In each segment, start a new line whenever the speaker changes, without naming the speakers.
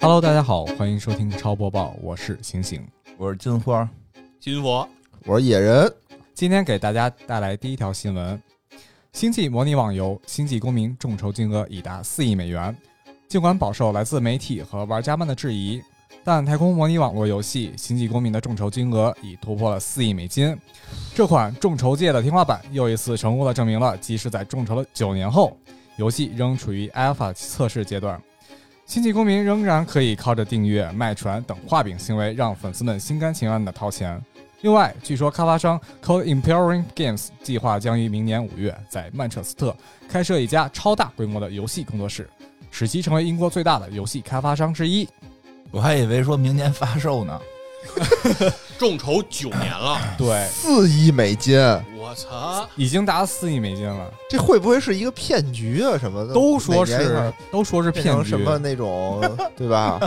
Hello，大家好，欢迎收听超播报，我是醒醒。
我是金花，
金佛
我是野人，
今天给大家带来第一条新闻：星际模拟网游《星际公民》众筹金额已达四亿美元。尽管饱受来自媒体和玩家们的质疑，但太空模拟网络游戏《星际公民》的众筹金额已突破了四亿美金。这款众筹界的天花板又一次成功的证明了，即使在众筹了九年后，游戏仍处于 alpha 测试阶段。星际公民仍然可以靠着订阅、卖船等画饼行为，让粉丝们心甘情愿的掏钱。另外，据说开发商 Code Empowering Games 计划将于明年五月在曼彻斯特开设一家超大规模的游戏工作室，使其成为英国最大的游戏开发商之 一。
我还以为说明年发售呢。
众筹九年 了，
对，
四亿美金，
我操！
已经达四亿美金了。
这会不会是一个骗局啊？什么的？
都说
每年一块
是
儿
都说是
变
骗
成
局
什，么那种，对吧？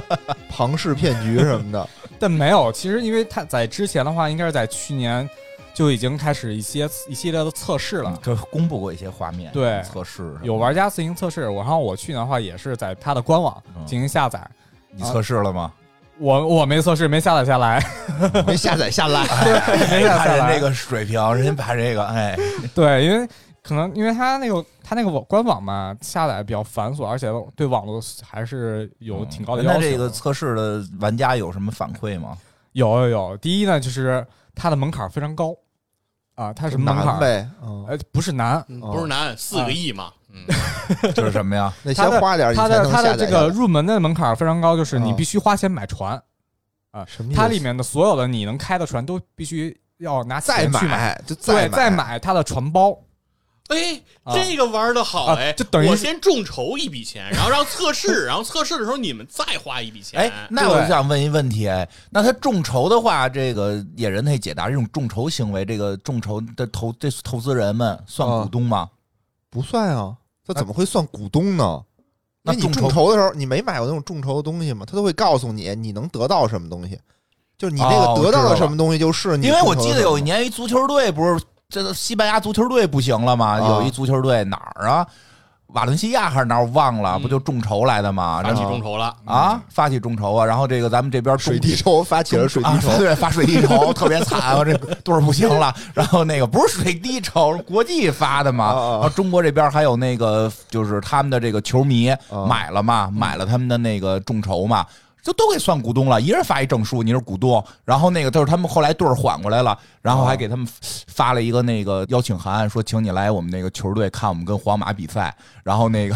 庞氏骗局什么的，
但没有。其实因为他在之前的话，应该是在去年就已经开始一些一系列的测试
嗯
了。
就公布过一些画面，
对
测试什么的
有玩家自行测试，我然后我去年的话也是在它的官网
嗯
进行下载，
你测试了吗？
我我没测试，没下载下来，
没下载下来。 哎
没啊下载
看
下
人
来。
这个水平，人家把这个哎，
对，因为可能因为它那个它那个网官网嘛，下载比较繁琐，而且对网络还是
嗯
有挺高的要
嗯那
求。
这个测试的玩家有什么反馈 吗？
有有有，第一呢就是它的门槛非常高啊，它是门
难
槛，
呗，嗯，
呃，不是难，
嗯
哦
不是难，四个亿嘛，嗯，
就是什么呀？
那
它
先
的
花点儿，
它
你才
的
能
它
下
的
载
这
下来
个入门的门槛非常高，就是你
嗯
必须花钱买船，
什么意思？
它里面的所有的你能开的船都必须要拿
再
钱去买，
买就
对，再
买，
买它的船包。
哎，
啊
这个玩的好哎，
啊就等于是
我先众筹一笔钱，然后让测试， 然后测试的时候你们再花一笔钱。
哎，那我就想问一问题，哎，那他众筹的话，这个野人他解答这种众筹行为，这个众筹的投这投资人们算
嗯
股东吗？
不算啊，他怎么会算股东呢？
那
因为
众
你
筹
众筹的时候，你没买过那种众筹的东西吗？他都会告诉你你能得到什么东西，就是你这
哦
个
我
得
知
到
道
的
了
什么东西就是你。
因为我记得有一，年一足球队不是这个西班牙足球队不行了吗？
啊
有一足球队哪儿啊？瓦伦西亚还是哪儿我忘了，
嗯
不就众筹来的吗？
发
然
起
后
众筹 了，
啊，发起众筹啊，然后这个咱们这边众
水滴筹发起了水滴筹
啊，对，发水滴筹 特别惨啊，这队儿不行了。然后那个不是水滴筹，是国际发的嘛。
啊啊
然后中国这边还有那个就是他们的这个球迷
啊
买了嘛，买了他们的那个众筹嘛。就都给算股东了，一人发一证书，你是股东。然后那个就是他们后来队儿缓过来了，然后还给他
啊
们发了一个那个邀请函，说请你来我们那个球队看我们跟皇马比赛。然后那个，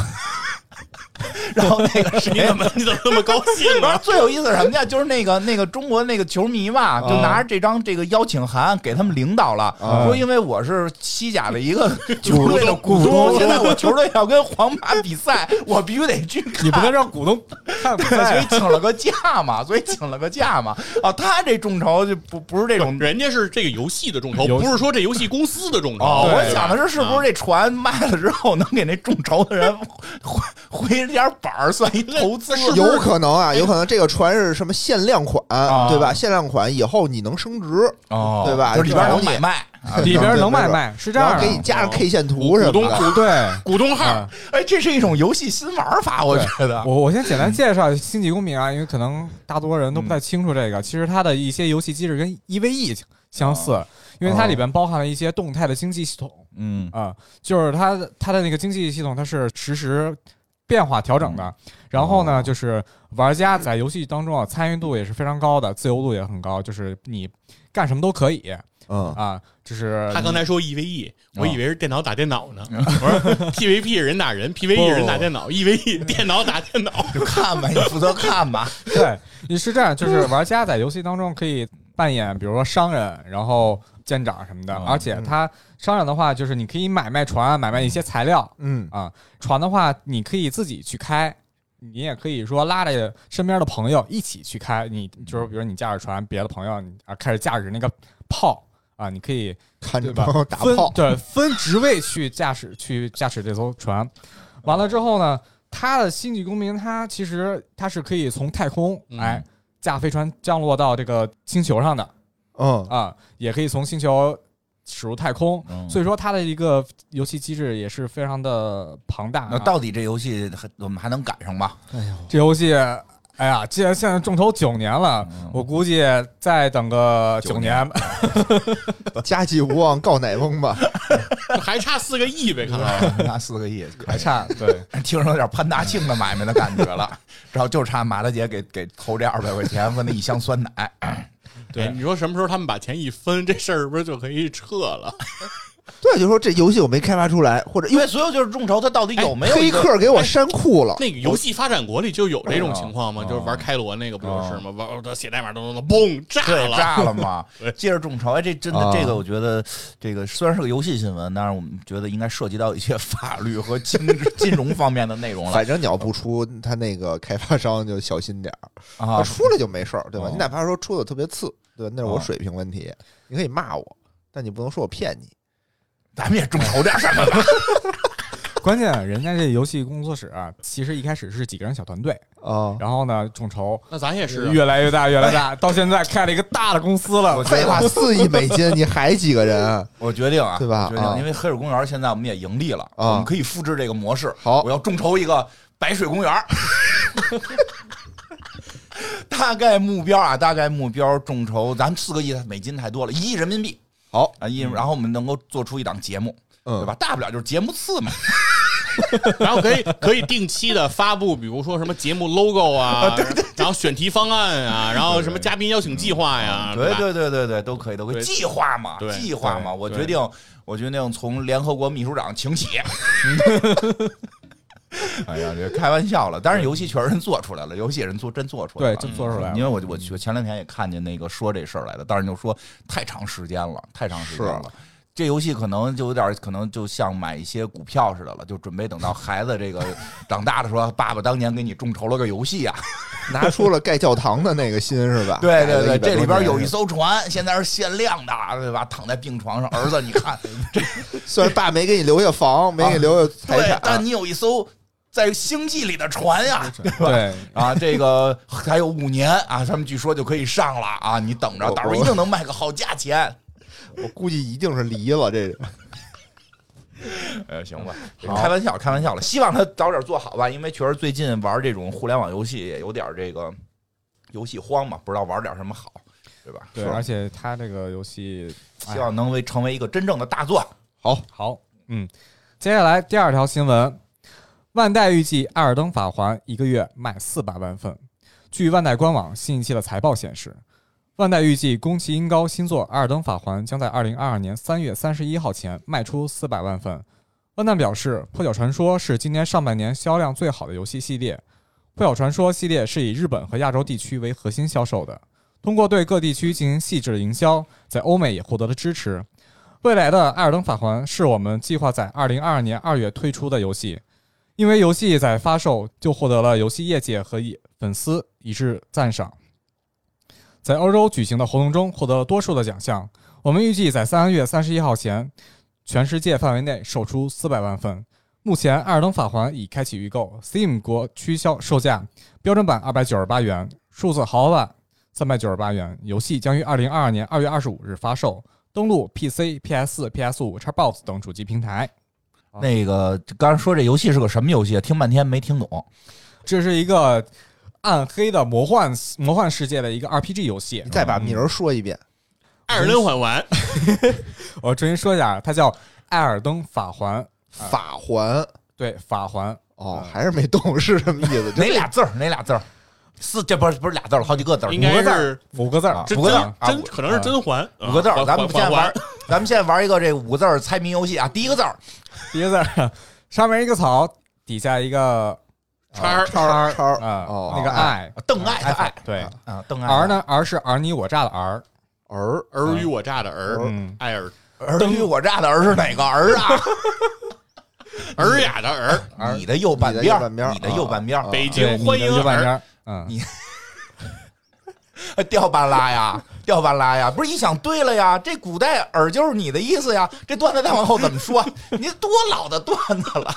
然后那个谁，
你怎么你怎么那么高兴
玩
啊？
最有意思是什么呀？就是那个那个中国那个球迷嘛，就拿着这张这个邀请函给他们领导了，
啊
说因为我是西甲的一个球队的股东，现在我球队要跟皇马比赛，我必须得去 看。
你不能让股 东看比
对所
赛
以请了个假嘛，所以请了个假嘛。哦，他这众筹就不不是这种。
人家是这个游戏的众筹，
游戏
不是说这游戏公司的众筹。
哦，
对
我想的是，是不是这船卖了之后能给那众筹的人回回点板儿，算一投资？
有可能啊，有可能这个船是什么限量款，
啊
对吧？限量款以后你能升值，
哦，
对吧啊
就是里边
这
能
种
买卖。
里边能卖卖，是这
然
样
后给你
的。
加上
哦
K 线图什
股东
么的。
股
对，
股东号
啊，
哎，这是一种游戏新玩法，我
对
觉得。
我我先简单介绍《星际公民》啊，因为可能大多人都不太清楚这个。其实它的一些游戏机制跟 EVE 相似，因为它里边包含了一些动态的经济系统
嗯
啊、就是它的它的那个经济系统它是实时变化调整的。然后呢，就是玩家在游戏当中啊，参与度也是非常高的，自由度也很高，就是你干什么都可以
嗯，
啊，就是
他刚
你
才说 EVE，我
哦
以为是电脑打电脑呢。
啊
我说 PVP 人打人，PVE 人打电脑，EVE 电脑打电脑。
就看 吧，你负责看吧。
对，你是这样，就是玩家在游戏当中可以扮演，比如说商人，然后舰长什么的，
嗯
而且他商人的话，就是你可以买卖船，买卖一些材料
嗯，
啊，船的话你可以自己去开。你也可以说拉着身边的朋友一起去开，你就是比如你驾驶船，别的朋友你啊开始驾驶那个炮啊，你可以
看着
对吧
朋友打
分
炮，
对，分职位去驾驶去驾驶这艘船。完了之后呢，它的星际公民，它其实它是可以从太空
嗯
哎驾飞船降落到这个星球上的
嗯，
啊，也可以从星球驶入太空。所
以
以说，它的一个游戏机制也是非常的庞大、
那
啊。
到底这游戏还我们还能赶上吗？
哎呦，
这游戏哎呀，既然现在众筹九年了，我估计再等个九年，
家祭无忘告乃翁吧，
还差四个亿呗，看来。
拿啊四个 亿，
还差 对。
哎听着有点潘大庆的买卖的感觉 了。然后就差马大姐给给投这二百块钱和那一箱酸奶。
对，哎你说什么时候他们把钱一分，这事儿不是就可以撤了？
对，就说这游戏我没开发出来，或者 因
因为
为
所有就是众筹，它到底有没有
黑
一个哎
客给我删库了，
那个游戏发展国里就有这种情况吗？
哦
就是玩开罗那个不就是吗？玩他写代码咚咚咚，嘣炸
对，
了。
炸了嘛！接着众筹，哎，这真的
啊，
这个我觉得，这个虽然是个游戏新闻，但是我们觉得应该涉及到一些法律和 金金融方面的内容了
反正你要不出，他那个开发商就小心点儿。
啊。
出来就没事儿，对吧？
哦
你哪怕说出的特别次，对吧？那是我
哦
水平问题，你可以骂我，但你不能说我骗你。
咱们也众筹点什么吧？
关键人家这游戏工作室啊、其实一开始是几个人小团队，
啊，
然后呢众筹
那咱也是啊，
越来越大，越来越大，到现在开了一个大的公司了。
废话，四亿美金，你还几个人啊？
我决定啊，
对吧
决定，
啊
因为黑水公园现在我们也盈利了，
啊
我们可以复制这个模式。
好
我要众筹一个白水公园。 大概目标啊，大概目标众筹，咱们四个亿美金太多了，一亿人民币
好，
啊，一，然后我们能够做出一档节目，
嗯
对吧？大不了就是节目次嘛，
然后可以可以定期的发布，比如说什么节目 logo 啊，然后选题方案啊，然后什么嘉宾邀请计划呀，
对
吧
嗯对对对对，都可以，都可以。
对
计划嘛，
对
计划嘛，
对
我
对
决定，我决定从联合国秘书长请 起。哎呀，这开玩笑了，但是游戏确实人做出来了，游戏人做真做出来
对
了，，
真做出来
因
了。
为我我我前两天也看见那个说这事儿来的，但是就说太长时间了，太长时间了。这游戏可能就有点，可能就像买一些股票似的了，就准备等到孩子这 个长大的时候，爸爸当年给你众筹了个游戏啊。？
拿出了盖教堂的那个心是吧
对对对，这
盖了100多
里边
年
有一艘船，现在是限量的，啊对吧？躺在病床上，儿子，你 看，
虽然爸没给你留下房，没给你留下财
对，但
产，
你有一艘在星际里的船呀、
对，
啊，这个还有五年啊，他们据说就可以上了啊，你等着，
我
到时候一定能卖个好价钱。
我估计一定是离了这个。
呃，行 吧，开玩笑，开玩笑了。希望他早点做好吧，因为确实最近玩这种互联网游戏也有点这个游戏荒嘛，不知道玩点什么好，对吧？
对，
是吧
而且他这个游戏
哎
希望能为成为一个真正的大
啊
作。
好，好，嗯。接下来第二条新闻，万代预计《艾尔登法环》一个月卖四百万份。据万代官网新一期的财报显示，万代预计宫崎英高新作《艾尔登法环》将在二零二二年三月三十一号前卖出四百万份。万代表示，《破晓传说》是今年上半年销量最好的游戏系列。《破晓传说》系列是以日本和亚洲地区为核心销售的，通过对各地区进行细致的营销，在欧美也获得了支持。未来的《艾尔登法环》是我们计划在二零二二年二月推出的游戏，因为游戏在发售就获得了游戏业界和一粉丝一致赞赏，在欧洲举行的活动中获得了多数的奖项。我们预计在三月三十一号前，全世界范围内售出四百万份。目前，《艾尔登法环》已开启预购，Steam 国区销售价标准版二百九十八元，数字豪华版三百九十八元。游戏将于二零二二年二月二十五日发售。登录 PC、PS、PS 五、Xbox 等主机平台。
那个刚才说这游戏是个什么游戏？啊听半天没听懂。
这是一个暗黑的魔幻魔幻世界的一个 RPG 游戏嗯
你。再把名儿说一遍，
艾尔登环环，
我重新说一下，它叫《艾尔登法环》，
法环
对，法环。
哦，还是没懂是什么意思？
哪
这
俩字儿？哪俩字儿？四这不是不是俩字儿了，好几个字儿，
应
五
该
个字儿，
是
五个字儿
啊，
真
五个字
真
儿啊
真可能是真环，
五个字儿。
啊
咱们现在
环环
玩，咱们现在玩一个这五个字儿猜谜游戏啊。第一个字儿，
第一个字儿，上面一个草，底下一个
叉儿
叉儿
叉儿
啊
哦，
那个爱
邓艾的艾
对。
啊，邓艾的艾
儿呢？儿是尔你我诈的儿，
儿
尔虞我诈的尔
嗯，
艾啊尔
尔虞我诈的儿是哪个儿啊？
尔雅的尔，
你的右半
你
边
的右
儿，
半边儿
你的右半边儿
啊
北
对，
京
你
欢
的
迎
右半
尔，
边，嗯，
掉半拉呀，掉半拉呀，不是一想对了呀，这古代尔就是你的意思呀，这段子再往后怎么说？ 你多老的段子了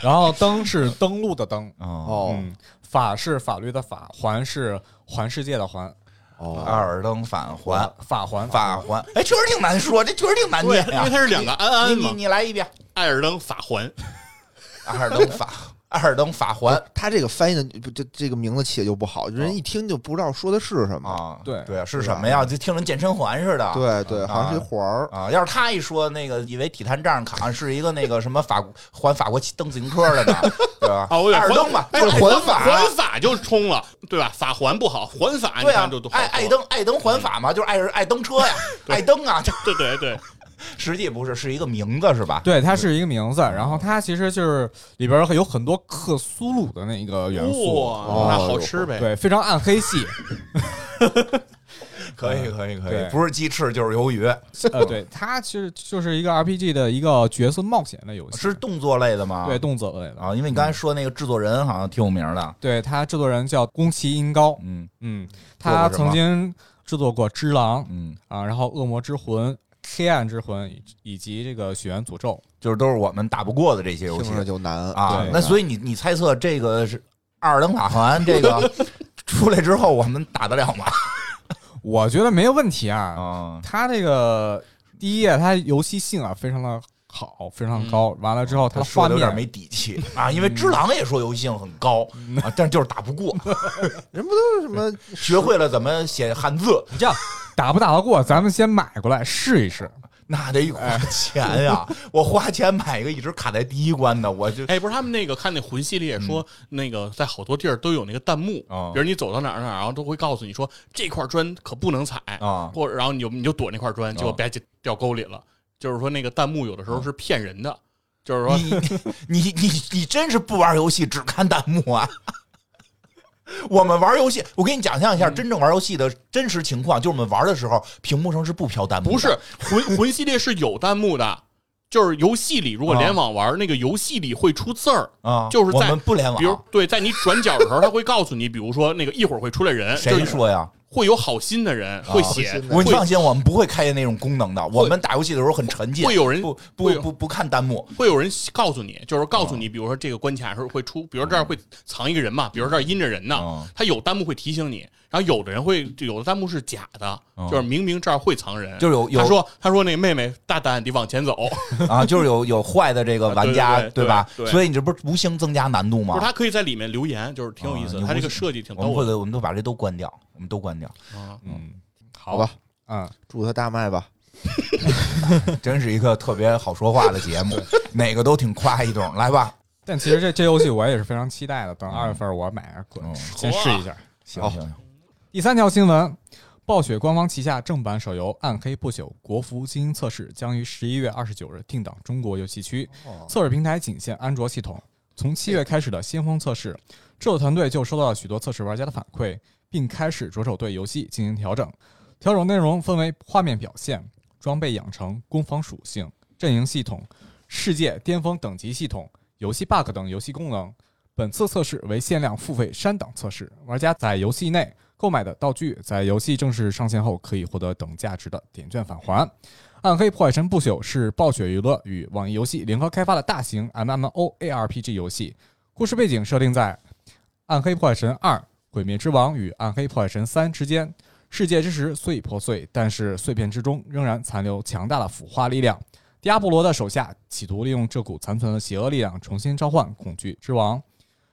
然后登是登录的登，
哦，
哦
嗯，法是法律的法，环是环世界的环，
哦，
尔啊登返还，
法环
返还，哎，确实挺难说，这确实挺难
对，
念
因
呀
为它。是两个安
啊你
安
你
嘛，
你来一遍，
艾尔登法环，
阿尔登法，艾尔登法环
他这个翻译的不这这个名字起的就不好，人一听就不知道说的是什么。
啊，
对
对，是什么呀？就听人健身环似的，
对对，好像是一环儿。
啊，要是他一说那个，以为体坛仗卡是一个那个什么法还法国蹬自行车来的，对 吧？
啊，我有
艾尔登吧，
哎
就是
环
环法，
环法就冲了，对吧？法环不好，环法你
对啊
看就都，好
艾
说
艾登艾登环法嘛，就是艾尔艾登车呀，艾登啊，这
对对 对，
实际不是，是一个名字是吧？
对，它是一个名字，然后它其实就是里边有很多克苏鲁的那个元素，哦
哦
哇，那好吃呗。
对，非常暗黑 系。
可以可以可
对
以，不是鸡翅就是鱿鱼，
呃，对，它其实就是一个 RPG 的一个角色冒险的游戏，
是动作类的吗？
对动作类的。
啊，因为你刚才说那个制作人好像挺有名的，
对，它制作人叫宫崎英高，
嗯
嗯，
做过
他
什么
曾经制作过《只狼》
嗯，
啊，然后《恶魔之魂》。黑暗之魂以以及这个血缘诅咒，
就是都是我们打不过的这些游戏
听着就难
啊
对。
那所以你你猜测这个是阿尔登法环这个出来之后，我们打得了吗？
我觉得没有问题啊。
啊，
它这个第一啊，它游戏性啊非常的好，非常高。完了之后，它
嗯他
的
说
画
的有
面
点没底气啊，因为只狼也说游戏性很高啊，但是就是打不过，
人不都是什么
学会了怎么写汉字，
你这样打不打得过，咱们先买过来试一试。
那得花钱呀！我花钱买一个一直卡在第一关的，我就
哎，不是他们那个看那魂系列说，那个在好多地儿都有那个弹幕，
嗯哦
比如你走到哪儿哪儿，然后都会告诉你说这块砖可不能踩
啊哦
或者然后你就你就躲那块砖，结果吧唧掉沟里了。就是说那个弹幕有的时候是骗人的，就是说
你你你你真是不玩游戏，只看弹幕啊！ 我们玩游戏，我给你讲象一
嗯
下真正玩游戏的真实情况，就是我们玩的时候，屏幕上是不飘弹幕的，
不是魂魂系列是有弹幕的，就是游戏里如果
啊
联网玩，那个游戏里会出字儿
啊，
就是在
我们不联
比如
网，
对，在你转角的时候，他会告诉你，比如说那个一会儿会出来人，就
谁
是
说呀？啊
会有好心的人会
好
写
心，的
我
会
你放心，我们不会开那种功能的。我们打游戏的时候很沉浸，
会有人
不
会
不
有
不不看弹幕，
会有人告诉你，就是告
嗯
诉你，比如说这个关卡时候会出，比如这儿会藏一个人嘛，比如这儿阴着人呢
嗯，
他有弹幕会提醒你，然后有的人会，就有的弹幕是假的，
嗯
就是明明这儿会藏人，
就是有有
他说他说那个妹妹大胆地往前走，
啊，就是有有坏的这个玩
啊
家，
对对对
吧
对？对
所以你这不是无形增加难度
就
吗
是？他可以在里面留言，就是挺有意思
啊
的，
你
他这
不
个
是
设计挺
我们
逗
会
的
给，我们都把这都关掉，我们都关掉，
啊
嗯，
好吧，
嗯，
祝他大卖吧。
真是一个特别好说话的节 目，哪个都挺夸一顿。来吧，
但其实这这游戏我也是非常期待的，等二月份我买过来
嗯
先试一下。
行
好
行行，
第三条新闻，暴雪官方旗下正版手游《暗黑不朽：国服精英测试》将于十一月二十九日定档中国游戏区，测试平台仅限安卓系统。从七月开始的先锋测试，制作团队就收到了许多测试玩家的反馈，并开始着手对游戏进行调整。调整内容分为画面表现、装备养成、攻防属性、阵营系统、世界巅峰等级系统、游戏 bug 等游戏功能。本次测试为限量付费删档测试，玩家在游戏内购买的道具，在游戏正式上线后可以获得等价值的点券返还。《暗黑破坏神不朽》是暴雪娱乐与网易游戏联合开发的大型 MMOARPG 游戏，故事背景设定在《暗黑破坏神二：毁灭之王》与《暗黑破坏神三》之间。世界之石虽已破碎，但是碎片之中仍然残留强大的腐化力量。迪亚波罗的手下企图利用这股残存的邪恶力量重新召唤恐惧之王。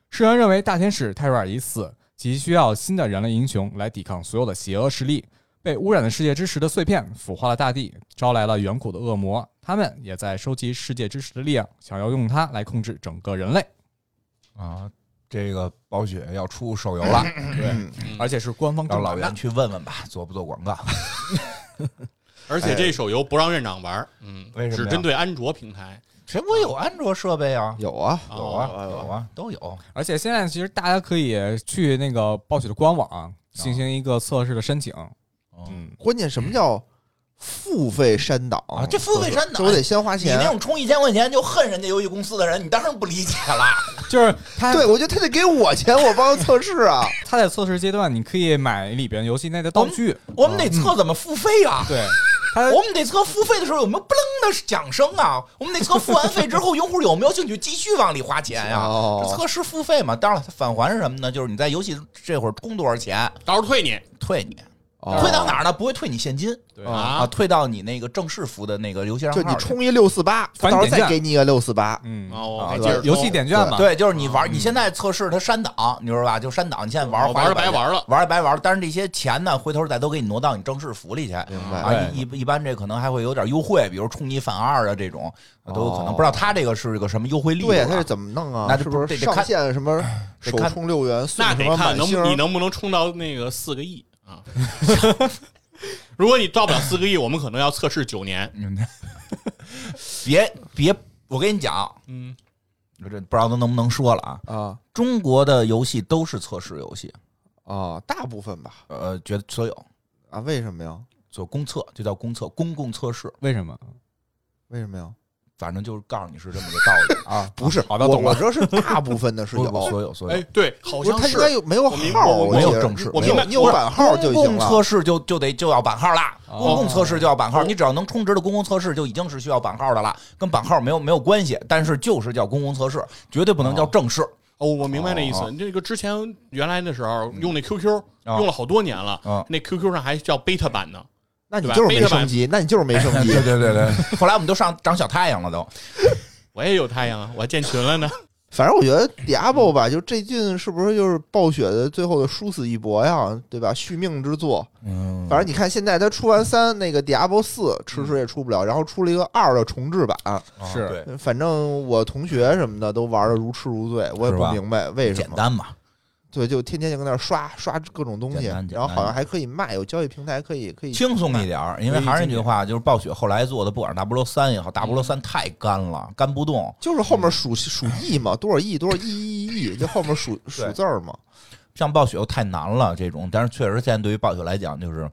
世人认为大天使泰瑞尔已死，急需要新的人类英雄来抵抗所有的邪恶势力。被污染的世界之石的碎片腐化了大地，招来了远古的恶魔，他们也在收集世界之石的力量，想要用它来控制整个人类，
啊，这个暴雪要出手游 了，对，
而且是官方
让
正
老
版的
袁。去问问吧，做不做广告？
而且这手游不让院长玩，嗯
哎为，什么
只
呀
针对安卓平台，
谁不有安卓设备啊？
有啊，
啊
有啊，有啊，都有。
而且现在其实大家可以去那个暴雪的官网进行一个测试的申请。嗯，
关键什么叫付费删档
啊这付费删档
这我得先花
你那
钱。
种充一千块钱就恨人家游戏公司的人，你当然不理解了。
就是它
对，我觉得他得给我钱，我帮他测试啊。
它在测试阶段，你可以买里边游戏内的道具。
我们得测怎么付费啊？
对，它
哎
我们得测付费的时候有没有不楞的响声啊？ 我们得测付完费之后，用户有没有兴趣继续往里花钱呀、
哦
这测试付费嘛，当然了，它返还是什么呢？就是你在游戏这会儿充多少钱，
到时候退你。
退你。
哦
退到哪儿呢？不会退你现金
对
啊
啊，退到你那个正式服的那个邮箱
就
号
你
里
充一六四八，
返
到时候
点券
再给你一个六四八，
嗯，
啊，我还
啊
接着
游
说
戏点券嘛，
对，就是你玩，
嗯
你现在测试它删档，你知道吧？就删档，你现在玩
玩玩
了
了白，玩
哦
了，
玩了白玩了。但是这些钱呢，回头再都给你挪到你正式服里去。
明
啊
白？，
一一一般这可能还会有点优惠，比如冲你返二啊这种，都有可能。
哦
不知道他这个是个什么优惠力度啊？
对呀，他是怎么弄啊？
那
是
这不
不
这
是
得
上
看
线什么首
看
充六元送
那
什
得
么
看
满
能
星
不你能不能冲到那个四个亿啊。 如果你到不了四个亿，我们可能要测试九年。
嗯别别，我跟你讲，
嗯，
我这不知道他能不能说了啊。
啊
中国的游戏都是测试游戏，
啊？大部分吧
呃，觉得所有
啊？为什么呀？
做公测就叫公测，公共测试，
为什么？
为什么呀？
反正就是告诉你是这么个道理啊。
不是，
好的
我
懂了
我知道是大部分的是
所
有，
有所有所
哎
有，，
对，好
不是
像
他
是
应该有没有
我明
号
我
啊？
没
记
有
得
正式
没
我明白
有你有
不是
版号就已
公
经
共测
了。
试就就得就要版号啦，
哦
公共测试就要版号，你只要能充值的公共测试就已经是需要版号的啦，跟版号没有没有关系，但是就是叫公共测试，绝对不能叫正式。
哦，我明白那意思。这个之前原来的时候用那 QQ
嗯啊
用了好多年了
啊，
那 QQ 上还叫 beta 版呢。
那你
对吧
就是没
beta 版
升级，那你就是没升 级。
对对对，后来我们都上长小太阳了都。
我也有太阳啊，我还建群了呢。
反正我觉得 Diablo 吧，就最近是不是就是暴雪的最后的殊死一搏呀，对吧？续命之作。
嗯
反正你看现在它出完三，那个 Diablo 四迟迟也出不了，然后出了一个二的重置版。
是
对，
反正我同学什么的都玩的如痴如醉，我也
是
不
吧
明白为什
简
么。
单嘛，
对，就天天就搁那儿刷刷各种东西，
简单简
然后好
单
像还可以卖，有交易平台可以可以
轻松一点儿，因为还是那句话，就是暴雪后来做的，不管是大菠萝三也好，大菠萝三太干了，干不动。
就是后面数数亿嘛，多少亿多少亿亿亿亿，就后面数数字儿嘛。
像暴雪又太难了这种，但是确实现在对于暴雪来讲，就是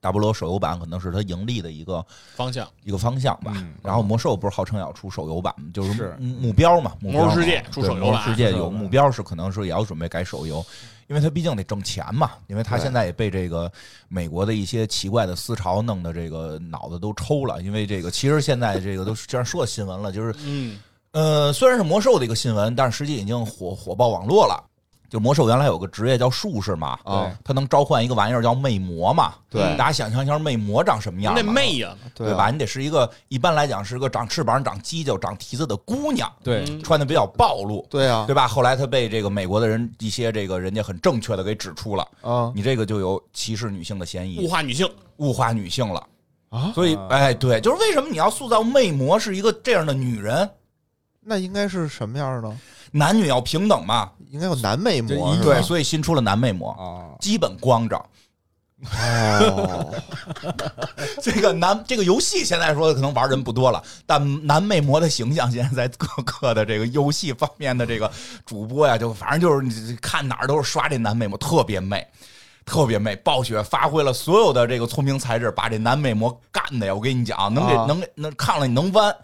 大菠萝手游版可能是它盈利的一个
方向，
一个方向吧。
嗯
然后魔兽不是号称要出手游版吗，就是目目标嘛，目标嘛
魔兽世界
对
出手游版
魔兽世界
手游
有
版
目标是可能是也要准备改手游，因为它毕竟得挣钱嘛，因为它
对
现在也被这个美国的一些奇怪的思潮弄得这个脑子都抽了，因为这个其实现在这个都是这样说新闻了，就是
嗯，
呃，虽然是魔兽的一个新闻，但是实际已经火火爆网络了。就魔兽原来有个职业叫术士嘛，
哦
啊
它能召唤一个玩意儿叫魅魔嘛，
对
大家想象一下魅魔长什么样嘛？
那妹呀，
对吧？
吧？
你得是一个一般来讲是个长翅膀、长犄角、长蹄子的姑娘，
对
嗯
穿的比较暴露，
对啊，
对吧？后来她被这个美国的人一些这个人家很正确的给指出了，
啊
你这个就有歧视女性的嫌
物
疑，
化女性，
物化女性了。
啊，
所以，
啊
哎，对，就是为什么你要塑造魅魔是一个这样的女人，
那应该是什么样呢？
男女要平等嘛？
应该有男魅魔
就一
是啊
对，
吧？
所以新出了男魅魔，
啊，
基本光着。
哦，
这个男这个游戏现在说可能玩人不多了，但男魅魔的形象现在在各个的这个游戏方面的这个主播呀，就反正就是你看哪儿都是刷这男魅魔，特别媚。特别媚，暴雪发挥了所有的这个聪明才智，把这男魅魔干的呀！我跟你讲，能给、
啊
能能看了你能弯，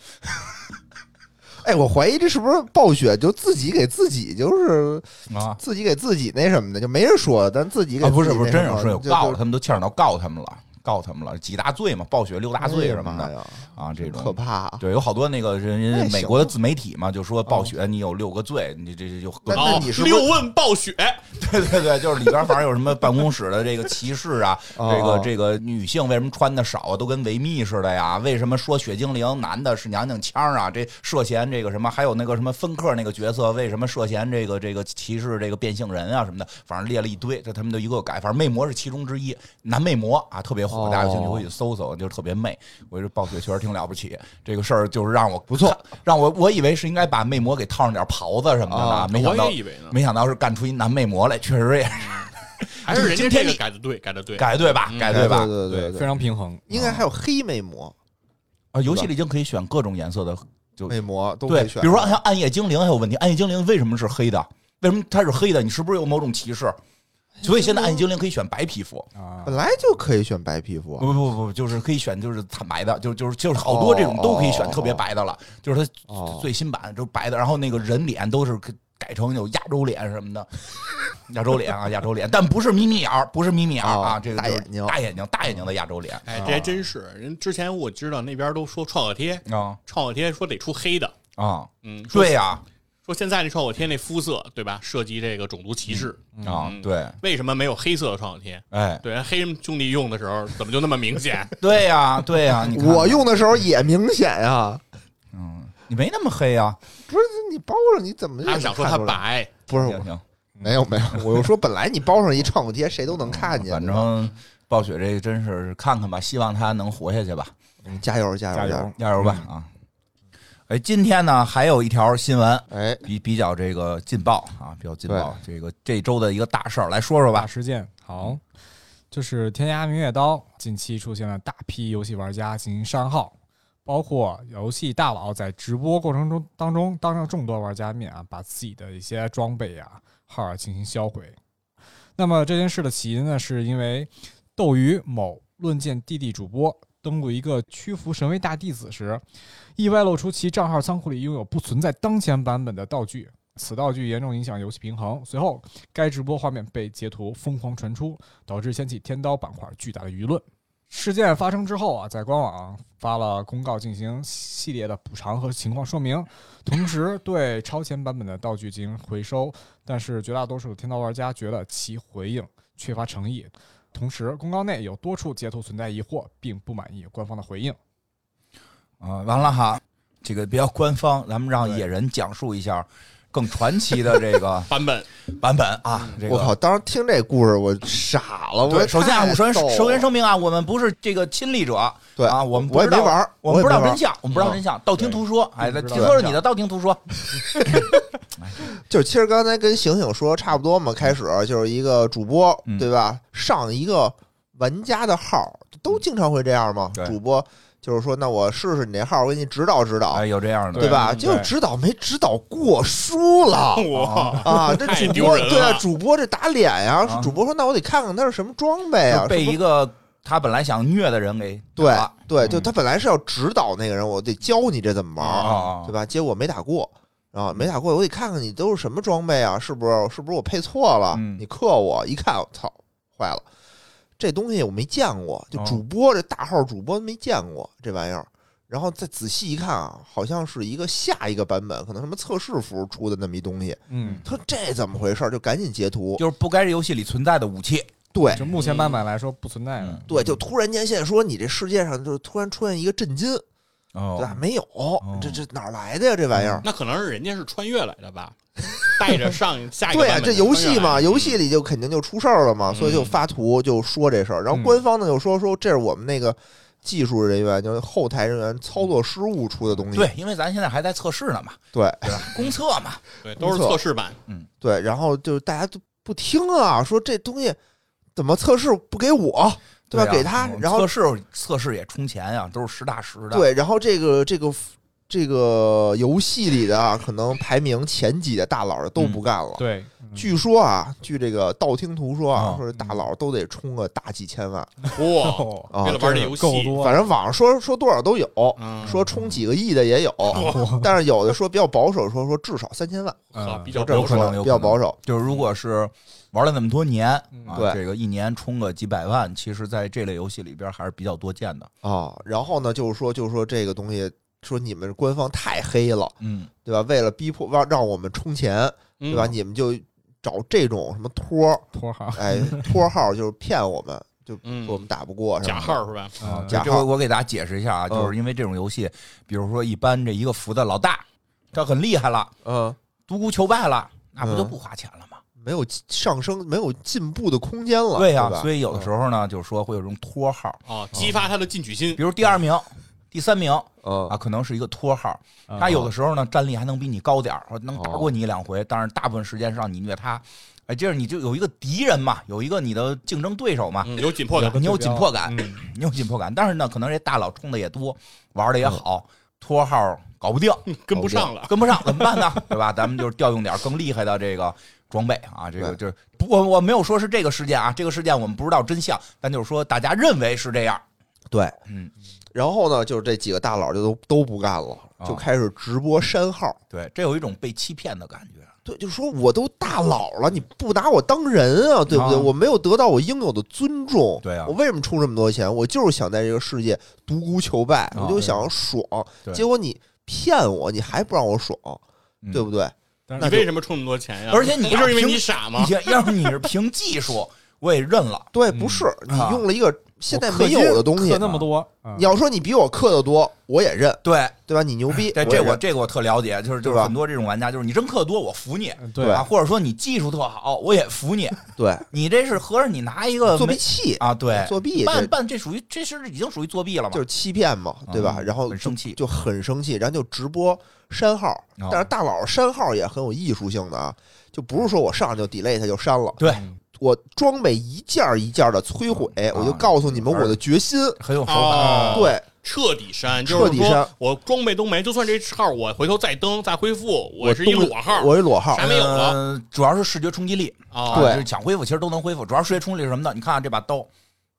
哎，我怀疑这是不是暴雪就自己给自己就是
啊
自己给自己那什么的，就没人说，但自己给
啊！不是
自己
不是，
那
真
什
有
么
是有
就
告
就
他们都欠着告他们了，告他们了，几大罪嘛，暴雪六大罪
哎呀
什么
妈
的
呀，
啊，这种
可怕啊。
对，有好多那个人人
哎行哦
美国的自媒体嘛，就说暴雪你有六个罪，你这这就各
那
种
那
哦
你是不是
六问暴雪，
对对对，就是里边反正有什么办公室的这个歧视啊，
哦
这个这个女性为什么穿的少啊，都跟维密似的呀？为什么说雪精灵男的是娘娘腔啊？这涉嫌这个什么，还有那个什么芬克那个角色为什么涉嫌这个这个歧视这个变性人啊什么的，反正列了一堆，这他们都一个个改，反正魅魔是其中之一，男魅魔啊特别火，大家有兴趣可以搜搜，就特别媚。我觉得暴雪确实挺了不起，这个事儿就是让我不错，让我我以为是应该把魅魔给套上点袍子什么的呢
哦，
没想到
我也以为呢
没想到是干出一男魅魔来，确实也是
还是人家
今天
这个
你
改的对，改的对，
改对吧？
嗯
改对吧？
对对
非，常平衡，
应该还有黑魅魔、
啊，游戏里已经可以选各种颜色的，就
魅魔都可
对，
以选。
比如说像暗夜精灵还有问题，暗夜精灵为什么是黑的？为什么它是黑的？你是不是有某种歧视？所以现在暗夜精灵可以选白皮
哦
肤，
啊
本，来就可以选白皮肤啊，
不不不，就是可以选就是惨白的，就就是就是好多这种都可以选特别白的了，就是它
哦
最新版就是白的，然后那个人脸都是改成有亚洲脸什么的， 亚洲脸啊亚洲脸，但不是眯眯眼儿，不是眯眯眼儿啊，
哦
这个
大
就是
眼睛
大眼睛大眼睛的亚洲脸
哎，这还真是人。之前我知道那边都说创可贴，
啊
创可贴说得出黑的，
啊，
嗯，说
对呀，
说说现在这创可贴那肤色，对吧？涉及这个种族歧视，
嗯
啊，对，
为什么没有黑色的创可贴？
哎，
对，黑人兄弟用的时候怎么就那么明 显？
对呀，对呀，你看
我用的时候也明显呀，
嗯，你没那么黑啊，
不是你包上你怎么 就
他
能
想说
看
他
出来，
白，
不是
行
我
行，
没有没有，我就说本来你包上一创可贴，谁都能看见，
反正暴雪这真是看看吧，希望他能活下去吧，
嗯加油加油
加油
油！
加油吧啊！哎，今天呢还有一条新闻，
哎，
比比较这个劲爆啊，比较劲爆。这个这周的一个大事儿，来说说
大
吧。
事件。好，就是《天涯明月刀》近期出现了大批游戏玩家进行删号，包括游戏大佬在直播过程中当中当着众多玩家面啊，把自己的一些装备啊号儿进行销毁。那么这件事的起因呢，是因为斗鱼某论剑弟弟主播登录一个屈服神威大弟子时，意外露出其账号仓库里拥有不存在当前版本的道具，此道具严重影响游戏平衡。随后，该直播画面被截图疯狂传出，导致掀起天刀板块巨大的舆论。事件发生之后啊，在官网发了公告进行系列的补偿和情况说明，同时对超前版本的道具进行回收。但是绝大多数的天刀玩家觉得其回应缺乏诚意，同时公告内有多处截图存在疑惑，并不满意官方的回应。
啊、完了哈，这个比较官方，咱们让野人讲述一下更传奇的这个
版本
版本啊。这个
我靠！当时听这故事我傻了，我
对，首先啊，我首
太
先
逗了
首先声明啊，我们不是这个亲历者
对
啊，我们不
我也
知
没
道
玩儿，
我们不知
也
道
没玩
真
儿，
相，我们不知道真
嗯
相，道听途说。哎，
并
来
不知道
听说是你的道听途说。
就是其实刚才跟醒醒说差不多嘛，开始就是一个主播
嗯
对吧，上一个玩家的号，都经常会这样嘛
对。
主播就是说，那我试试你这号，我给你指导指导
哎，，有这样的，
对吧？
嗯
结果
对
指导没指导过，输了。
哇，
啊，这
太
主
丢
播
人
对啊
了，
主播这打脸呀、
啊
主播说：“那我得看看他是什么装备啊
就，被
是不
一个他本来想虐的人给打
对
了
对，
嗯
就他本来是要指导那个人，我得教你这怎么玩儿，
啊
对吧？结果没打过，啊，没打过，我得看看你都是什么装备啊，是不是？是不是我配错了？
嗯
你克我一看，我操，坏了，这东西我没见过，就
哦
主播、这大号主播没见过这玩意儿。”然后再仔细一看啊，好像是一个下一个版本，可能什么测试服出的那么一东西。
嗯，
他说这怎么回事儿？就赶紧截图。
就是不该游戏里存在的武器。
对，
就目前版本来说不存在的。
嗯
嗯对，就突然间现在说你这世界上就突然出现一个震惊，对
哦
吧？没有，这这哪儿来的呀？这玩意儿？
那可能是人家是穿越来的吧，带着 上下一嗯个
对
版
啊，
本的
这游戏
穿
嘛，
越来的
游戏里就肯定就出事儿了嘛，所以就发图就说这事儿，然后官方呢就说说这是我们那个技术人员，就是后台人员操作失误出的东西。
对，因为咱现在还在测试呢嘛，
对
对吧？公测嘛，
对都是测试版，
对，然后就大家都不听啊，说这东西怎么测试不给我，对吧？
啊
给他
嗯，
然后
测试测试也充钱呀，都是实打实的。，
对，然后这个这个这个游戏里的啊，可能排名前几的大佬儿都不干了。
对，嗯
据说啊，据这个道听途说啊
啊，
说这大佬儿都得充个大几千万，
哇，
哦
啊
为了玩这游戏
够多了，
反正网上说说多少都有，
嗯
说充几个亿的也有，但是有的说比较保守，说说至少三千万，
好
嗯
比较
这么
保守
可能
说
有可
的比较
能
保守。
就是如果是玩了那么多年
嗯
啊，
对
这个一年充个几百万，其实在这类游戏里边还是比较多见的。
啊，然后呢，就是说，就是说这个东西，说你们官方太黑了，
嗯，
对吧？为了逼迫让让我们充钱，对吧？
嗯
你们就找这种什么托儿，
托号
哎，托号就是骗我们，就
嗯
我们打不过，是吧
假号是吧？
啊
假
这
号
呃我我给大家解释一下啊，
嗯
就是因为这种游戏，比如说一般这一个服的老大，他很厉害了，
嗯，
独孤求败了，那不就
嗯
不花钱了吗？
没有上升，没有进步的空间了，嗯
对
呀、
呀，所以有的时
候，
候呢，就是说会有这种托号，
哦，激发他的进取心
比，如第二名、第三名
嗯
啊，可能是一个托号。
嗯
他有的时候呢，战力还能比你高点儿，或者能打
哦
过你一两回，但是大部分时间是让你虐他。哎，这样你就有一个敌人嘛，有一个你的竞争对手嘛，
嗯有紧迫感
个，
你有
指标
紧迫感，
嗯
你有紧迫感。但是呢，可能这大佬充的也多，玩的
嗯
也好，托号搞不定，
跟不上了。
跟不上怎么办呢？对吧？咱们就是调用点更厉害的这个装备啊，这个
对
就是不我我没有说是这个事件啊，这个事件我们不知道真相，但就是说大家认为是这样。
对，
嗯，
然后呢，就是这几个大佬就都都不干了，就
啊
开始直播删号。
对，这有一种被欺骗的感觉。啊
对，就说我都大佬了，嗯你不拿我当人啊，对不对？
啊
我没有得到我应有的尊重。
对啊
我为什么充这么多钱？我就是想在这个世界独孤求败，我就想爽
对。
结果你骗我，你还不让我爽，
嗯
对不对？
但
你
是
为什么充那么多钱呀？
而且你
不
要
就是因为
凭
你傻吗
你？要要是你是凭技术，我也认了。
对，不是你
啊
用了一个现在
我氪
没
金
有的东西
氪，那么多，嗯
你要说你比我氪的多，我也认，
对，
对吧？你牛逼，
哎对，这
我也
我
认
这个我特了解，就是就是
对吧
很多这种玩家，就是你真氪多，我服你。
嗯对
对
啊，或者说你技术特好，我也服 你。
对
你这是合着你拿一个
作弊
没
器，
啊？对，
作弊
办
这
办这属于这是已经属于作弊了嘛？
就是欺骗嘛，对吧？
嗯
然后
很生气
就很生气，然后就直播删号
哦，
但是大佬删号也很有艺术性的啊，就不是说我上就 delete 它就删了，
对，
嗯
我装备一件儿一件的摧毁，
啊
我就告诉你们
玩儿
我的决心。
很有手法。
哦，
对，
彻底删，
彻
就是
底
说
删
我装备都没，就算这号我回头再登再恢复，
我
是一
东
裸号，
我是裸号
啥，没有了
嗯主要是视觉冲击力
啊
啊，
对
就是想恢复其实都能恢复，主要视觉冲击力是什么呢？你看啊这把刀，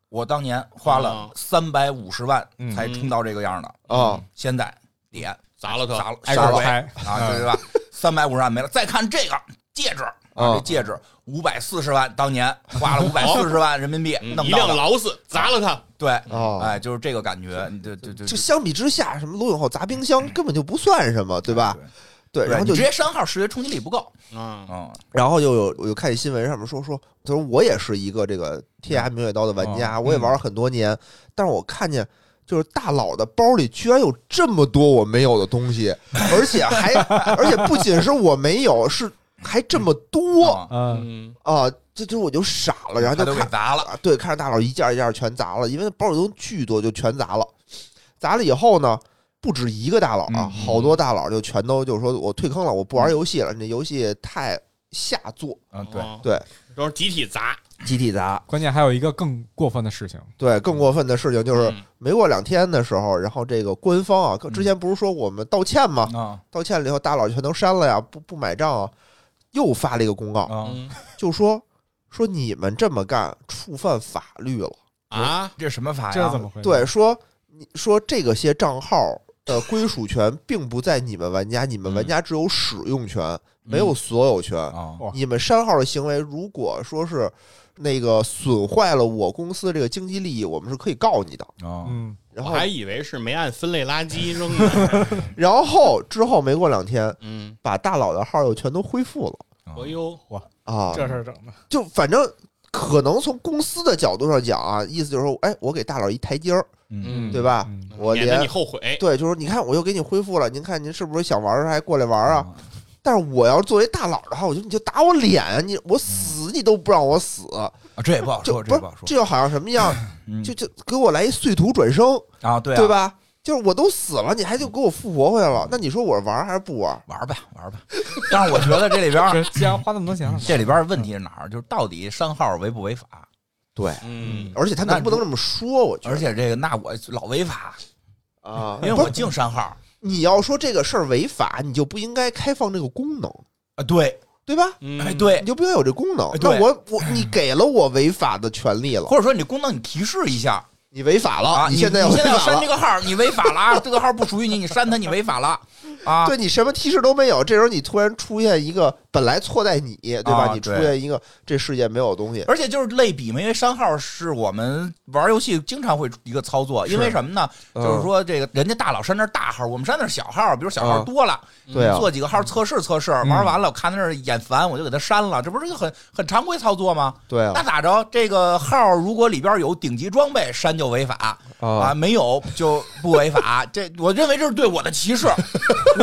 我当年花了
啊
三百五十万
嗯
才冲到这个样的，
啊，
现在脸
砸了它，
砸了
挨个
杀回
拍
啊，对 吧？三百五十万没了，再看这个戒指。啊，
啊
这戒指五百四十万，当年花 了五百四十万人民币
哦嗯
弄
一
到
辆
的，
劳斯砸了它，
对，
哦
哎，就是这个感觉，你就就就
就相比之下，什么罗永浩砸冰箱根本就不算什么，对吧？对，
对，
然后
你
就
直接删号，视觉冲击力不够，
嗯，
嗯，
然后就有我就看新闻上面说说，他说我也是一个这个天涯明月刀的玩家，
哦
嗯
我也玩了很多年，但是我看见就是大佬的包里居然有这么多我没有的 东西，而且还而且不仅是我没有，是还这么多
嗯
嗯，
嗯，
啊！这就我就傻了，然后
他
就
都
看
给砸了，
啊，对，看着大佬一件一件全砸了，因为包里东西巨多，就全砸了。砸了以后呢，不止一个大佬
嗯
啊，
嗯
好多大佬就全都就说我退坑了，我不玩游戏了，你这游戏太下作，
嗯，对，
哦
对，
都是集体砸，
集体砸。
关键还有一个更过分的事情，
对，更过分的事情就是
嗯
没过两天的时候，然后这个官方啊，之前不是说我们道歉吗？
啊
道歉了以后，大佬全都删了呀，不不买账啊，又发了一个公告，
啊，
嗯
就说说你们这么干触犯法律了。
啊，
这是什么法呀？
这怎么回事？
对，说你说这个些账号的归属权并不在你们玩家，你们玩家只有使用权，没有所有权。
啊？
哇
你们删号的行为，如果说是那个损坏了我公司这个经济利益，我们是可以告你的。
啊
嗯，
然
我
后
还，以为是没按分类垃圾扔的，
然后之后没过两天，
嗯，
把大佬的号又全都恢复了
哦嗯
哎呦，
啊！
这事儿整的，
就反正可能从公司的角度上讲啊，意思就是说，哎，我给大佬一台阶儿，
嗯
对吧？
嗯
我
免得
连
你后悔，
对，就是你看我又给你恢复了，您看您是不是想玩儿还过来玩儿啊？
啊，
但是我要是作为大佬的话，我就你就打我脸啊，你我死你都不让我死，
啊这也不好
就
说，
不
这也
是
不好说，
这就好像什么样，
嗯
就就给我来一碎土转生，
啊，对啊
对？吧？就是我都死了，你还就给我复活回来了，那你说我玩儿还是不玩儿？
玩吧，玩吧。 但是我觉得这里边儿
这既然花那么多钱了，
这里边儿问题是哪儿？就是到底删号违不违法？
对，
嗯，
而且他
那
能不能
如
这么说？我觉
而
得
且这个，那我老违法，
啊，
因为
不
我
是
净删号
你要说这个事儿违法，你就不应该开放这个功能，
啊。对，
对吧？
嗯
哎，对
你，就不应该有这功能
哎。
那
对
我我你给了我违法的权利了，
或者说你功能你提示一下
你违法
啊，
了，
你
现在要
你
违
现在要
法
删
了
这。个号，你违法了啊，这个号不属于你，你删它，你违法了啊。
对你什么提示都没有，这时候你突然出现一个本来错在你，对吧？
啊
你出
对
现一个这世界没有的东西，
而且就是类比嘛，因为删号是我们玩游戏经常会一个操作，因为什么呢？
嗯
就是说这个人家大佬删那是大号，我们删的是小号，比如小号
嗯
多了，
对啊，嗯
做几个号测试测试，玩完了我看他那儿眼烦，我就给他删了，这不是一个很很常规操作吗？
对
那
啊，
咋着？这个号如果里边有顶级装备，删就违法啊，
啊，
没有就不违法。这我认为这是对我的歧视，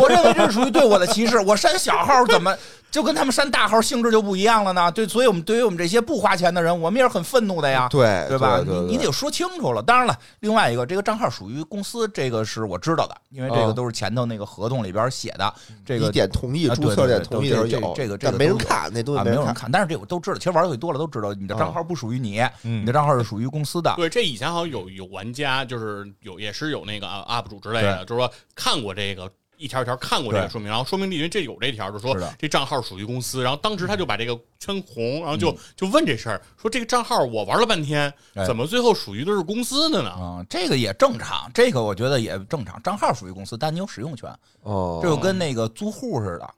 我认为这是属于对我的歧视。我删小号怎么就跟他们删大号性质就不一样了呢？对，所以我们对于我们这些不花钱的人，我们也是很愤怒的呀。
对
啊对吧？
对
你你得说清楚了。当然了，另外一个，这个账号属于公司，这个是我知道的，因为这个
哦嗯
都是前头那个合同里边写的。这
你
个
点同意
啊
注
对对
册点
对
同意
这
的时候
这这
有，
个这
但
个
没人
都有
看那东
啊，
西，
没有人
看。哦
看，但是这我都知道。其实玩游戏多了都知道，你的账号不属于你，
嗯
你的账号是属于公司的。
对，这以前好像有有玩家就是有也是有那个啊 UP 主之类的，就是说看过这个。一条一条看过这个
对
说明，然后说明地因为这有这条，就是
是
说
的
这账号属于公司，然后当时他就把这个圈红，然后就就问这事儿，说这个账号我玩了半天
嗯哎，
怎么最后属于的是公司的呢？
啊、这个也正常，这个我觉得也正常。账号属于公司，但你有使用权，
哦
这就跟那个租户似的，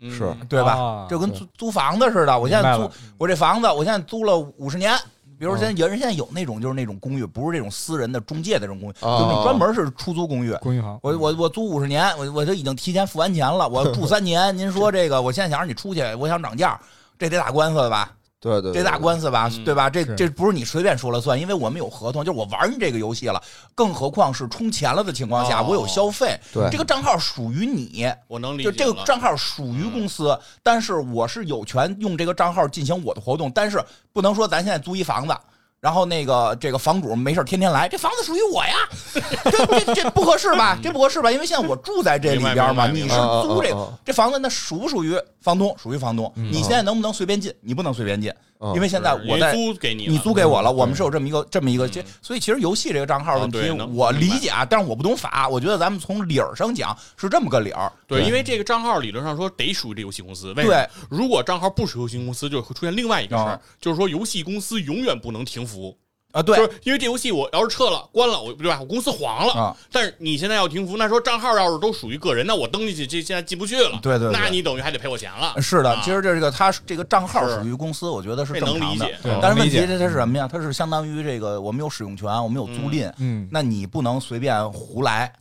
嗯
是
对吧？
啊
这就跟租租房子似的。我现
明
在
白
租
了嗯哦
我这房子，我现在租了五十年，比如说现在人现在有那种就是那种公寓，不是这种私人的中介的这种公寓，
哦
就是那种专门是出租公寓。
公寓行，
我我我租五十年，我我就已经提前付完钱了，我住三 年。您说这个，我现在想让你出去，我想涨价，这得打官司吧？
对对，
这打官司吧，
嗯
对吧？这
是
这不是你随便说了算，因为我们有合同，就是我玩你这个游戏了，更何况是充钱了的情况下，
哦
我有消费，
对
这个账号属于你。
我能理
就
解了。
这个账号属于公司，但是我是有权用这个账号进行我的活动，但是不能说咱现在租一房子，然后那个这个房主没事儿天天来，这房子属于我呀， 这这这不合适吧？这不合适吧？因为现在我住在这里边
明白
嘛，
明白
你
嗯明
是
白哦
租这
啊啊啊啊
这房子，那属不属于房东？属于房东。你现在能不能随便进？你不能随便进，
嗯
因为现在
嗯哦是
我
因为
在
租给你了，
你租给我了，我们是有这么一个这么一个，
嗯
这所以其实游戏这个账号问
哦
题
对，能
我理解啊，但是我不懂法，我觉得咱们从理儿上讲是这么个理儿。
对，因为这个账号理论上说得属于这游戏公司。
对
为什么，如果账号不属于游戏公司，就会出现另外一个事儿，
啊
就是说游戏公司永远不能停服。
啊，对
就，是因为这游戏我要是撤了、关了，我对吧？我公司黄了。
啊
但是你现在要停服，那说账号要是都属于个人，那我登进去这现在进不去了。
对对对
那你等于还得赔我钱了。
是的
啊，
其实这个它这个账号
是
属于公司，我觉得是
这
正
能
常
理
的
解。啊嗯
对
但是问
理
题
解
这它是什么呀？它是相当于这个我们有使用权，我们有租赁，
嗯
那你不能随便胡来。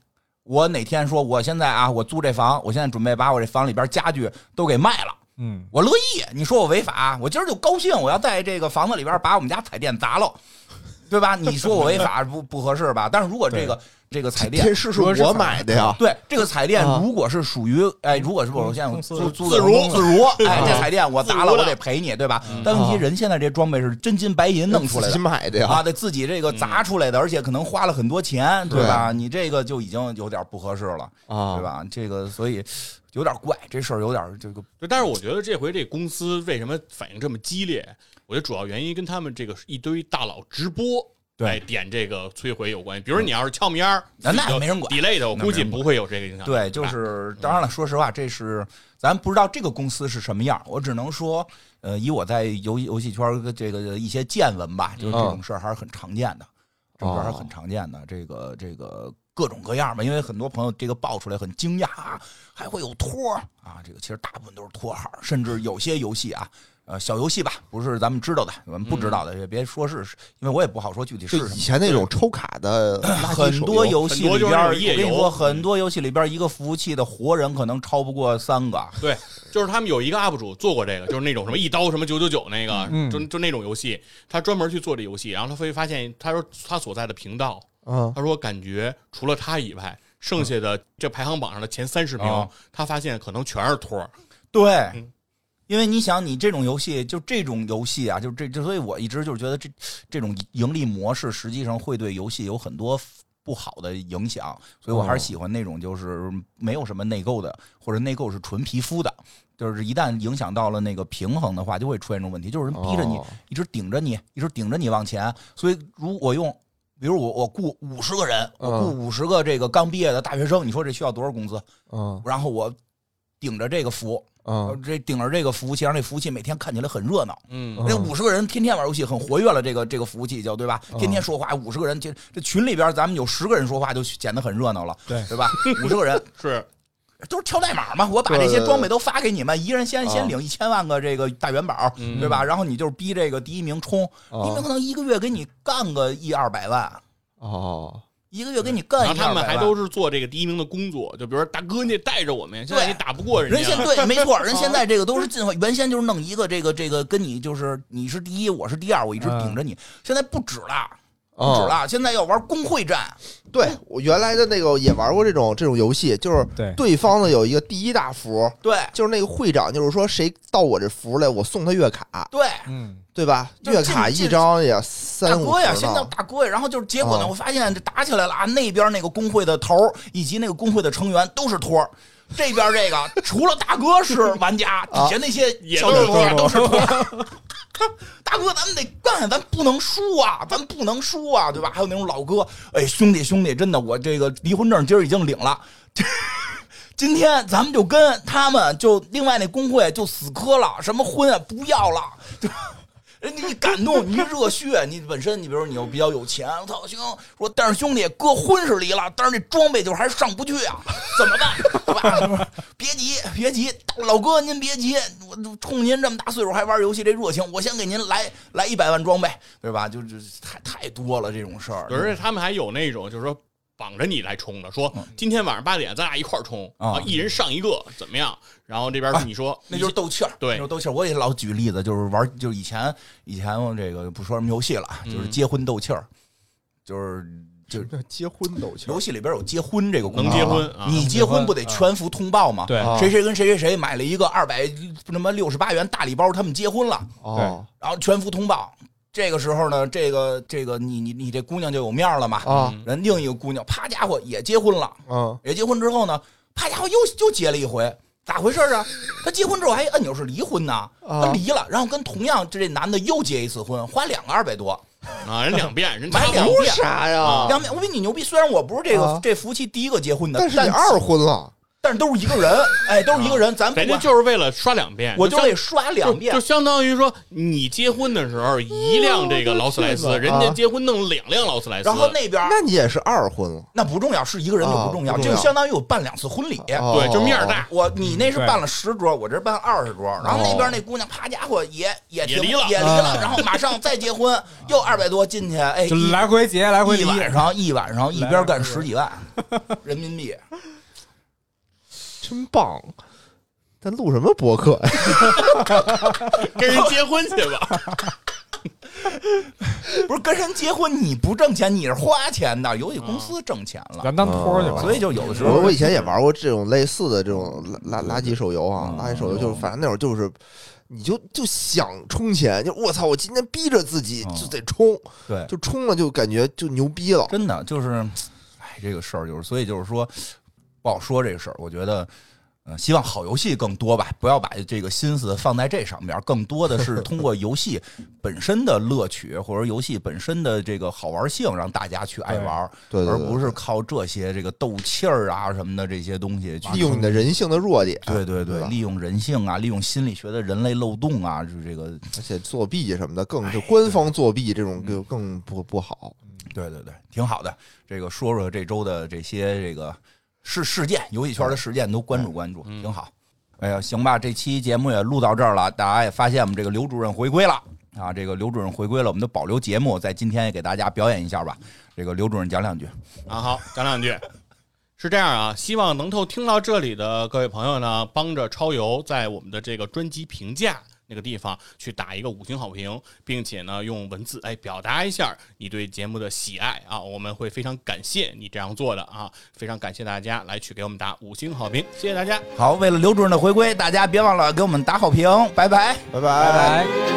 我哪天说我现在啊，我租这房，我现在准备把我这房里边家具都给卖了，
嗯，
我乐意。你说我违法，我今儿就高兴，我要在这个房子里边把我们家彩电砸了，对吧？你说我违法 不不合适吧？但是如果这个这个彩电
电视是我买的呀，
对，这个彩电
啊
如果是属于，哎，如果是我现在
公司
租租
嗯自
的
如
自如，哎，
啊
这彩电我砸了，
自如
我
的
得赔你，对吧？但问题人现在这装备是真金白银弄出来
自
的
己。买的
啊，
呀，
得自己这个砸出来的，而且可能花了很多钱，对吧？你这个就已经有点不合适了，
啊，
对？吧？这个所以有点怪，这事儿有点这个
对但是我觉得这回这公司为什么反应这么激烈？我觉得主要原因跟他们这个一堆大佬直播。
对嗯
哎点这个摧毁有关系。比如你要是翘棉儿，
那那没人管
delay 的，我
那没人
估计
管
不会有这个影响。
对，就
吧
是当然了，说实话，这是咱不知道这个公司是什么样，我只能说，呃，以我在游戏游戏圈儿的这个一些见闻吧，就是这种事儿还是很常见的，这种事儿还是很常见的，这个这个各种各样吧，因为很多朋友这个爆出来很惊讶啊，还会有托儿啊，这个其实大部分都是托号，甚至有些游戏啊。呃，小游戏吧，不是咱们知道的，我们不知道的也别说是，因为我也不好说具体是
就
什么
以。前那种抽卡的垃圾手游
很多游戏里边儿，我
很多就是那种夜
跟你
游嗯
说，很多游戏里边儿一个服务器的活人可能超不过三个。
对，就是他们有一个 UP 主做过这个，就是那种什么一刀什么九九九那个，
嗯
就就那种游戏，他专门去做这游戏，然后他会发现，他说他所在的频道，
嗯
他说感觉除了他以外，剩下的这排行榜上的前三十名，
哦
他发现可能全是托儿，
对
嗯，
因为你想，你这种游戏就这种游戏啊，就这这，所以我一直就是觉得这这种盈利模式实际上会对游戏有很多。不好的影响，所以我还
哦
是喜欢那种就是没有什么内购的，或者内购是纯皮肤的，就是一旦影响到了那个平衡的话，就会出现这种问题，就是人逼着你
哦
一直顶着你，一直顶着你往前。所以如果用，比如我我雇五十个人，
嗯
我雇五十个这个刚毕业的大学生，你说这需要多少工资？
嗯
然后我顶着这个服，呃
嗯，
这顶着这个服务器，让这服务器每天看起来很热闹。
嗯
嗯
那五十个人天天玩游戏，很活跃了。这个这个服务器就对吧？天天说话，五十个人，这这群里边咱们有十个人说话就显得很热闹了，
对
对吧？五十个人
是
都是跳代码嘛，我把这些装备都发给你们，一人先先领一千万个这个大元宝，
嗯
对吧？然后你就是逼这个第一名冲，第一名可能一个月给你干个一二百万，
哦，
一个月给你
然
干
后
一
他
二
们
百
还
万
都。是做这个第一名的工作，就比如说大哥，你得带着我们，现在
对
你啊打不过人
人
家
现
了，
对，没错， 人现在这个都是进化，原先就是弄一个这个这个跟你就是你是第一，我是第二，我一直顶着你，现在不止了。不止
哦，
了，现在要玩工会战，
对我原来的那个也玩过这种这种游戏，就是
对
对方的有一个第一大福，
对
就是那个会长，就是说谁到我这福来，我送他月卡，
对，
嗯，
对吧？
就
月卡
进
一张也
大
三五
哥呀，
十
现在
呢。
大哥呀，然后就是结果呢，
哦
我发现这打起来了啊，那边那个工会的头儿以及那个工会的成员都是托儿。这边这个 除了大哥是玩家，底下那些
也
小
都是
弟弟啊
托儿
都是托儿。 大哥，咱们得干，咱不能输啊，咱不能输啊，对吧？还有那种老哥，哎，兄弟兄弟，真的，我这个离婚证今儿已经领了，今天咱们就跟他们就另外那工会就死磕了，什么婚啊不要了， 对吧？人家一感动，你一热血，你本身你比如你又比较有钱，我 操兄说，但是兄弟哥婚是离了，但是这装备就是还上不去啊，怎么办？ 对吧？别急，别急，老哥您别急，我冲您这么大岁数还玩游戏这热情，我先给您来来一百万装备，对吧？就就太太多了这种事儿。
而且他们还有那种就是说绑着你来冲的，说今天晚上八点咱俩一块儿冲
嗯啊
啊，一人上一个怎么样？然后这边你说
那就是斗气儿，
对
那就是斗气儿。我也老举例子，就是玩，就是以前以前我这个不说什么游戏了啊，就是结婚斗气儿，就是就是
这结婚都行
游戏里边有结婚这个功
能
能
结婚啊
你结婚不得全服通报吗？
对
啊
谁谁跟谁谁谁买了一个二百什么六十八元大礼包，他们结婚了，
哦
然后全服通报。这个时候呢，这个这个你你你这姑娘就有面儿了嘛？
啊
嗯
人另一个姑娘，啪家伙也结婚了，
嗯
也结婚之后呢，啪家伙又又结了一回，咋回事啊？他结婚之后还按钮是离婚呢，
啊
他离了，然后跟同样这男的又结一次婚，花两个二百多，
啊，人两遍，人
买
差
两
不多
遍
啥呀
两百，我比你牛逼。虽然我不是这个
啊
这夫妻第一个结婚的，
但是你二婚了，
但是都是一个人，哎，都是一个人，咱不
人家
管，
就是为了刷两遍，
我就
相
得刷两遍
就，就相当于说你结婚的时候
嗯
一辆这个劳斯莱斯，
哦
人家结婚弄两辆劳斯莱斯，
啊然后那边
那你也是二婚了。
那不重要，是一个人就不重要，
哦不重
就
要
相当于我办两次婚礼。
哦
对就面儿大，
我你那是办了十桌，我这办二十桌，然后那边那姑娘啪家伙也也
也
停
离了
也离了，
啊
然后马上再结婚，又二百多进去，哎，
就
一
来回结，来回
一
离，
晚上一晚上一
来
边干
回
十几 万人民币，
真棒！咱录什么博客呀？
跟人结婚去吧，
不是跟人结婚你不挣钱，你是花钱的，游戏公司挣钱了，
咱当托儿去吧。
嗯所以就有的时
我
候
我 以前也玩过这种类似的这种垃垃垃圾手游
嗯
啊，垃圾手游就是反正那会儿就是，你就就想充钱，就我操，我今天逼着自己
嗯
就得充，
对
就充了就感觉就牛逼了。
真的就是，哎，这个事儿就是，所以就是说不好说这个事儿。我觉得，呃，希望好游戏更多吧，不要把这个心思放在这上面，更多的是通过游戏本身的乐趣或者游戏本身的这个好玩性，让大家去爱玩儿，
对对对
而
对
不是靠这些这个斗气儿啊什么的这些东西去
利。用你的人性的弱点，
对对对，
吧
利用人性啊，利用心理学的人类漏洞啊，就是这个，
而且作弊什么的，
哎
更就官方作弊
嗯
这种就更不不好。
对对对，挺好的。这个说说这周的这些这个事事件，游戏圈的事件都关注关注，挺好。哎呀，行吧，这期节目也录到这儿了，大家也发现我们这个刘主任回归了啊！这个刘主任回归了，我们的保留节目在今天也给大家表演一下吧。这个刘主任讲两句，
啊，好，讲两句。是这样啊，希望能够听到这里的各位朋友呢，帮着超游在我们的这个专辑评价那个地方去打一个五星好评，并且呢用文字哎表达一下你对节目的喜爱啊，我们会非常感谢你这样做的啊，非常感谢大家来去给我们打五星好评，谢谢大家。
好，为了刘主任的回归，大家别忘了给我们打好评，拜拜。
拜
拜拜。